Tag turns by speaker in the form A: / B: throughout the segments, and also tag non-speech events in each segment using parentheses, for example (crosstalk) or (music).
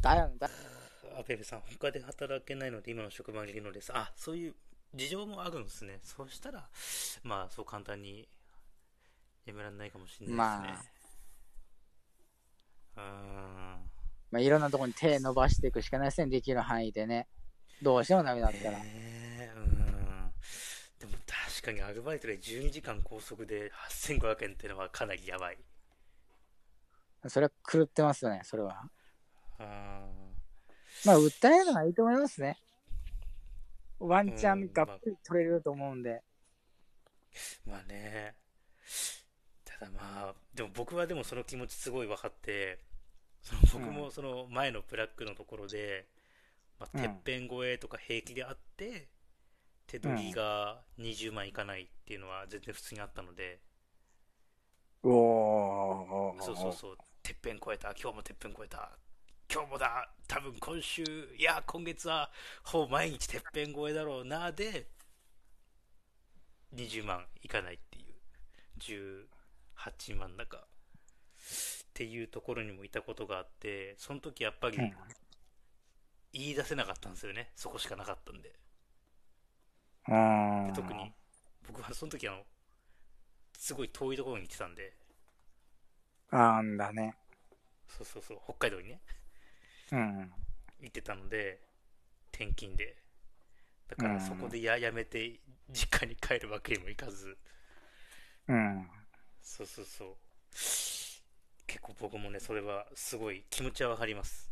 A: だよねだ
B: アベベさん、他で働けないので今の職場にいるのです。あ、そういう事情もあるんですね。そうしたら、まあ、そう簡単にやめられないかもしれないですね。うーん。
A: まあ、いろんなとこに手伸ばしていくしかないですね、できる範囲でね。どうしてもダメだったら。
B: ねえうん。でも確かにアルバイトで12時間拘束で8500円っていうのはかなりやばい。
A: それは狂ってますよね、それは。
B: あ
A: まあ、訴えるのがいいと思いますね。ワンチャ
B: うん
A: ンがっぷり取れると思うんで。
B: ーまあね。ただまあ、でも僕はでもその気持ちすごい分かって、その僕もその前のブラックのところで、まあ、
A: うん
B: てっぺん越えとか平気であって、手取りが20万いかないっていうのは全然普通にあったので、
A: おー
B: そうそうそう、てっぺん越えた、今日もてっぺん越えた、今日もだ、多分今週、いや、今月は、ほぼ毎日てっぺん越えだろうな、で、20万いかないっていう、18万だか、っていうところにもいたことがあって、その時やっぱり
A: うん、
B: 言い出せなかったんですよね、そこしかなかったんで。
A: うん
B: で特に、僕はその時あの、すごい遠いところに行ってたんで、
A: あんだね。
B: そうそうそう、北海道にね。
A: うん。
B: 行ってたので転勤でだか
A: う
B: ら
A: ん
B: そこでややめて実家に帰るわけにもいかず
A: うん。
B: そうそうそう結構僕もねそれはすごい気持ちはわかります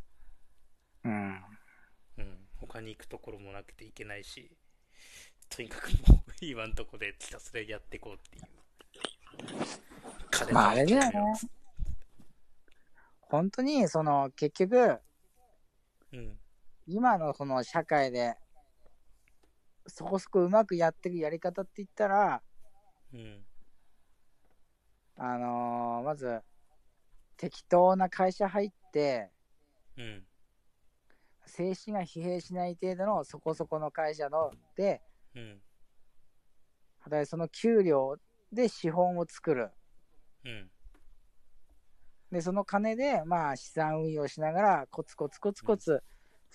A: うん。
B: うん他に行くところもなくて行けないしとにかくもう今んとこでひたすらやっていこうっていう金
A: まああれだよね
B: 貯めよ
A: 本当に、その、結局、
B: ううん
A: 今のこの社会で、そこそこうまくやってるやり方って言ったら、
B: うん
A: あのーまず、適当な会社入って、
B: うん
A: 精神が疲弊しない程度のそこそこの会社ので、
B: うん
A: 働いてその給料で資本を作る。
B: うん
A: で、その金で、まあ、資産運用しながら、コツコツコツコツ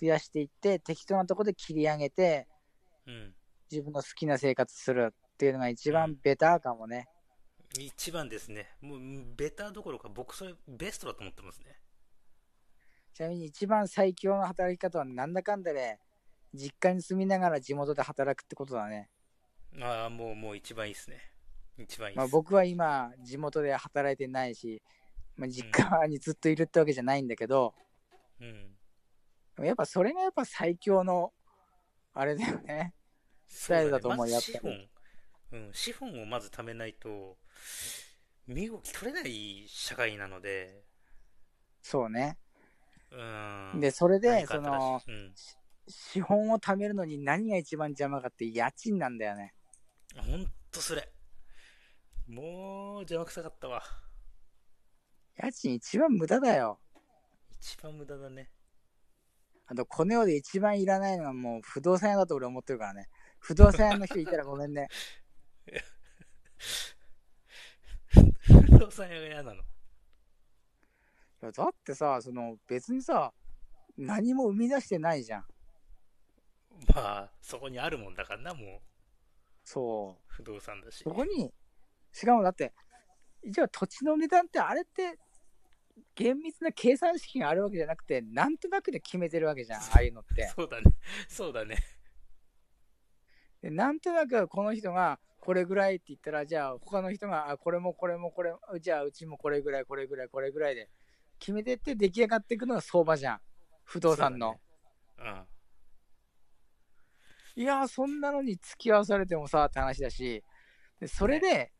A: 増やしていって、適当なとこで切り上げて、
B: うん
A: 自分の好きな生活するっていうのが一
B: うん
A: 番ベターかもね。
B: 一番ですねもうベターどころか僕それベストだと思ってますね
A: ちなみに一番最強の働き方はなんだかんだで、実家に住みながら地元で働くってことだね。
B: ああ、もう、もう一番いいっすね。一番いいっす。
A: まあ、僕は今、地元で働いてないし、まあ、実家にずっといるってわけじゃないんだけど、
B: うん。
A: でもやっぱそれがやっぱ最強の、あれだよね。スタイルだと思う
B: そうねまず
A: やっぱ
B: 資本、うん、資本をまず貯めないと、身動き取れない社会なので、
A: そうね。
B: うん。
A: で、それで、
B: 何か
A: そ
B: あったら
A: の、
B: うん。
A: 資本を貯めるのに何が一番邪魔かって家賃なんだよね。
B: ほんとそれ。もう、邪魔くさかったわ。
A: 家賃一番無駄だよ。
B: 一番無駄だね。 (laughs)
A: あと、この世で一番いらないのはもう不動産屋だと俺思ってるからね。不動産屋の人いたらごめんね。 (laughs)
B: 不動産屋が嫌な
A: い
B: の。
A: やだってさ、その別にさ、何も生み出してないじゃん。
B: まあ、そこにあるもんだからな、もう。
A: そう。
B: 不動産だし
A: そ。こに、しかもだって、一応土地の値段ってあれって、厳密な計算式があるわけじゃなくて、なんとなくで決めてるわけじゃん、ああいうのって。
B: そうだね。そうだね。
A: でなんとなくこの人がこれぐらいって言ったらじゃあ他の人があこれもこれもこれもじゃあうちもこれぐらいこれぐらいこれぐらいで決めてって出来上がっていくのが相場じゃん不動産の、
B: そうだね。
A: いやーそんなのに付き合わされてもさって話だしでそれで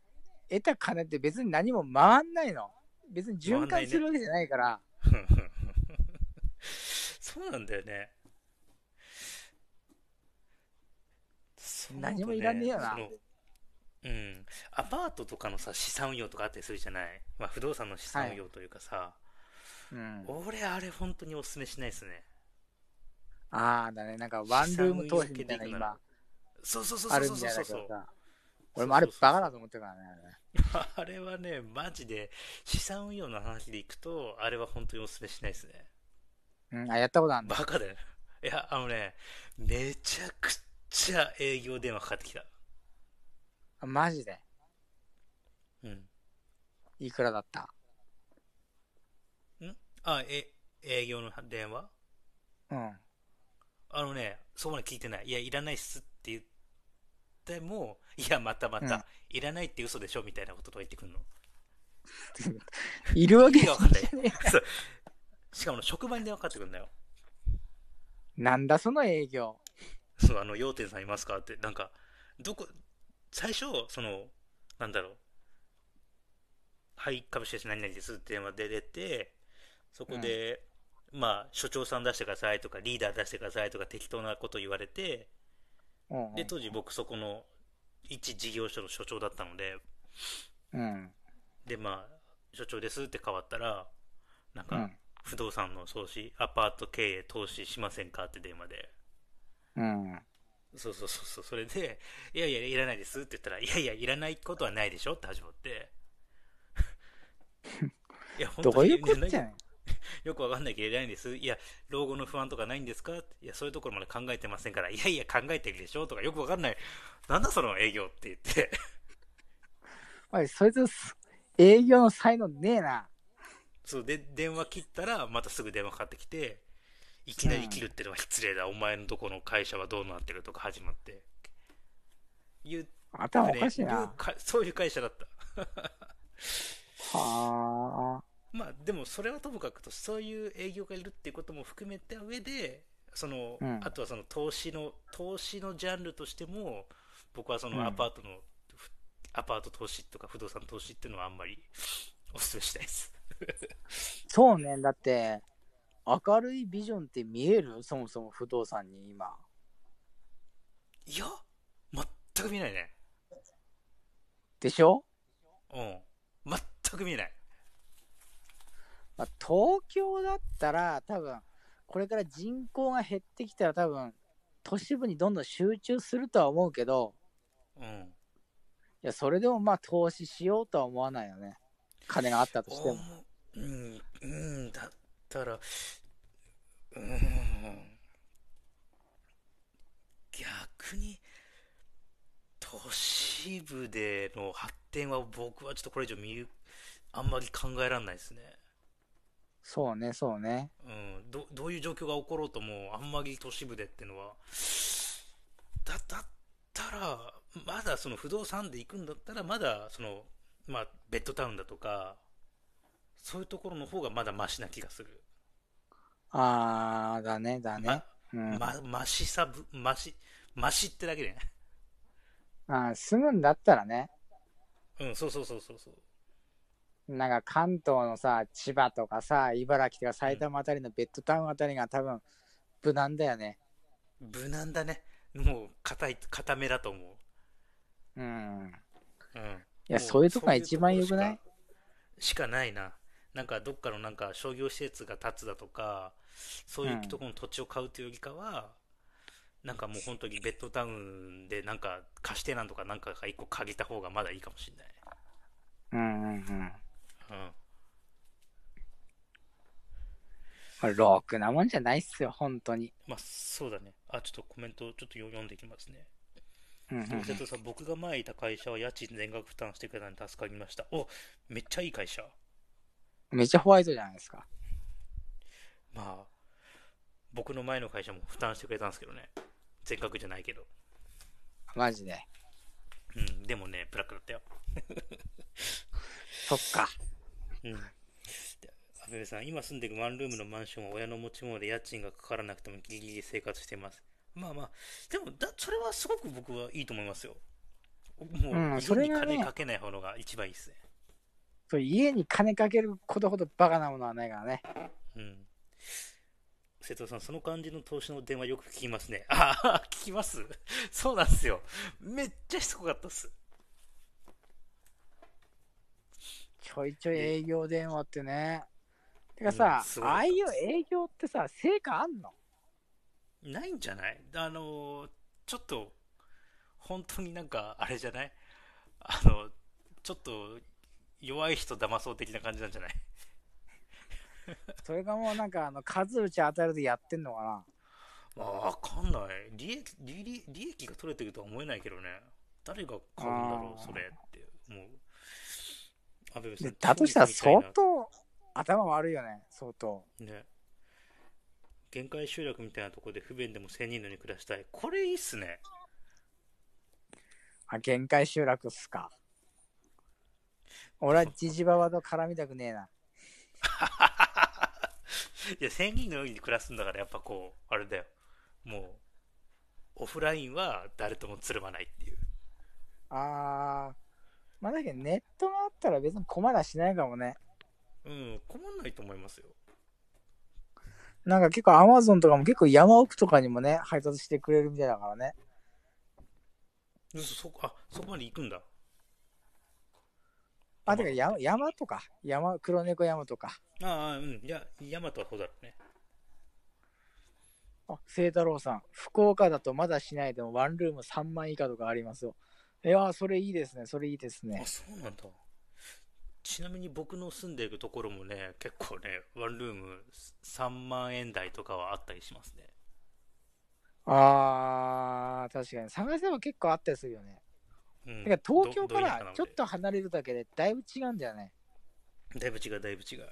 A: 得た金って別に何も回んないの別に循環するわけじゃないから
B: うん。そうなんだよね。そうだ
A: 何もいらねえよな
B: そのうん。アパートとかのさ、資産運用とかあったりするじゃないまあ、不動産の資産運用というかさ、
A: うん、
B: 俺、あれ、本当にお勧めしないですね。
A: ああだねなんかワンルーム投資みたいな
B: 資産運用系でいく
A: の
B: なら
A: 今
B: そうそうそう
A: あ
B: そ
A: る
B: う
A: み
B: そ
A: た
B: う
A: い
B: そ
A: だ
B: う
A: け
B: そ
A: ど
B: う。
A: さ俺もあれバカだと思ってるからねあれ
B: あれはね、マジで、資産運用の話でいくと、あれは本当にお勧めしないですね。
A: うん、あ、やったことあん
B: バ
A: だ。
B: カだよ。いや、あのね、めちゃくちゃ営業電話かかってきた。
A: あマジで。
B: うん。
A: いくらだった
B: あ、え、営業の電話
A: うん。
B: あのね、そこまで聞いてない。いや、いらないっすって言っても、いや、またまた、
A: うん
B: いらないって嘘でしょみたいなこととか言ってくるの。
A: いるわけ
B: 意味がわかんない
A: ねえよ。
B: そうしかも、職場に電話かかってくるんだよ。
A: なんだその営業。
B: そう、あの、要点さんいますかって、なんか、どこ、最初、その、なんだろう、はい、株式会社何々ですって電話で出て、そこで、まあ、所長さん出してくださいとか、リーダー出してくださいとか、適当なこと言われて、
A: うん。
B: で、当時僕、そこの、一事業所の所長だったので、
A: うん。
B: で、まあ、所長ですって変わったら、なん
A: う
B: か
A: ん、。
B: 不動産の投資、アパート経営投資しませんかって電話で。
A: うん。
B: そうそうそうそう、それで、いやいや、いらないですって言ったら、いやいや、いらないことはないでしょって始
A: (laughs)
B: まって。いや、本
A: ど
B: 当
A: う
B: に
A: いうこっちゃ
B: よ
A: ね
B: くわかんないけど、いらないです。いや、老後の不安とかないんですかいや、そういうところまで考えてませんから、いやいや、考えてるでしょとか、よくわかんない。なんだその営業って言って。
A: おい、そいつ、営業の才能ねえな。
B: そう、で、電話切ったら、またすぐ電話かかってきて、いきなり切るってのは失礼だ。お前のとこの会社はどうなってるとか始まって。言って
A: 頭お
B: ね
A: かしい
B: いう
A: な。
B: かそういう会社だった。
A: はあ。
B: まあでもそれはともかくとそういう営業がいるっていうことも含めた上でその、
A: うん
B: あとはその投資の投資のジャンルとしても僕はそ
A: うん
B: のアパートの、ふアパート投資とか不動産投資っていうのはあんまりお勧めしないです
A: そうね。だって、明るいビジョンって見えるそもそも不動産に今。
B: いや全く見えないね
A: でしょ、
B: うん全く見えない
A: まあ、東京だったら、多分、これから人口が減ってきたら多分、都市部にどんどん集中するとは思うけど、
B: う
A: い
B: ん
A: や、それでもまあ投資しようとは思わないよね。金があったとして
B: お
A: も。
B: うんうんだったらうん逆に都市部での発展は僕はちょっとこれ以上見るあんまり考えられないですね、
A: そうね、そうね。
B: うん、どどういう状況が起ころうともあんまり都市部でってのはだだったらまだその不動産で行くんだったらまだその、まあ、ベッドタウンだとかそういうところの方がまだマシな気がする、
A: あー、だね、だ
B: ま
A: ね。うん。
B: ま、ましさぶ、まし、ましってだけでね。
A: あー住むんだったらね、
B: うん、そうそうそうそうそう。
A: なんか関東のさ、千葉とかさ、茨城とか埼玉あたりのベッドタウンあたりが多分、無難だよね。
B: 無難だね。もう、硬い、硬めだと思
A: うん。
B: う。うん。
A: いや、そういうとこが一番良くない
B: しかないな。なんか、どっかのなんか商業施設が建つだとか、そういうところの土地を買うというよりかは、なんかもう本当にベッドタウンでなんか貸してなんとかなんかが一個借りた方がまだいいかもしれない。
A: うんうんうん。
B: うん。
A: まあろくなもんじゃないっすよ、本当に。
B: まあ、そうだね。あ、ちょっとコメントをちょっと読んでいきますね。
A: うんうんうん
B: 瀬戸さん、僕が前いた会社は家賃全額負担してくれたので助かりました。おめっちゃいい会社。
A: めっちゃホワイトじゃないですか。
B: まあ、僕の前の会社も負担してくれたんですけどね。全額じゃないけど。
A: マジで。
B: うん、でもね、ブラックだったよ。
A: そっか。
B: うん。で阿部さん、今住んでるワンルームのマンションは親の持ち物で家賃がかからなくてもギリギリ生活してます。まあまあ、でもだ、それはすごく僕はいいと思いますよ。もう、
A: うんそ
B: 家
A: れ
B: に
A: がね
B: 金かけない方のが一番いいですね。
A: そう家に金かけることほどバカなものはないからね。
B: うん。瀬戸さん、その感じの投資の電話よく聞きますね。ああ、聞きます。そうなんですよ。めっちゃしつこかったっす。
A: ちょいちょい営業電話ってね。てか
B: うん
A: さ、
B: すごい
A: ああいう営業ってさ、成果あんの
B: ないんじゃないあのー、ちょっと、本当になんか、あれじゃないあの、ちょっと、弱い人騙そう的な感じなんじゃない
A: それがもうなんか、あの、数打ち当たるでやってんのかな。
B: まあ、わかんない利益利利利益が取れてるとは思えないけどね誰が買うんだろ
A: あ
B: う
A: ー
B: それって思う安倍さ
A: で
B: ん
A: だとしたら相
B: みたい
A: 当頭悪いよね、相当。
B: なね限界集落みたいなところで不便でも1000人のに暮らしたいこれいいっすね
A: あ、限界集落っすか。俺はジジババと絡みたくねえな。
B: (laughs) いや1000人のに暮らすんだからやっぱこうあれだよもうオフラインは誰ともつるまないっていう
A: あー。まあだけどネットがあったら別に困らしないかもね。
B: うん困んないと思いますよ
A: なんか結構アマゾンとかも結構山奥とかにもね、配達してくれるみたいだからね。
B: 嘘そこあそこまで行くんだ
A: あ、てか山山とか。山、黒猫山とか。
B: ああうんいやヤマトはそうだろうね
A: あ、清太郎さん。福岡だとまだ市内でもワンルーム3万以下とかありますよ。いやー、それいいですね。それいいですね
B: あ。そうなんだちなみに僕の住んでいるところもね結構ねワンルーム3万円台とかはあったりしますね
A: あー、確かに。探せば結構あったりするよね。
B: うん
A: てか東京か
B: どど田舎な
A: ら
B: ので
A: ちょっと離れるだけでだいぶ違うんだよね。
B: だいぶ違うだいぶ違う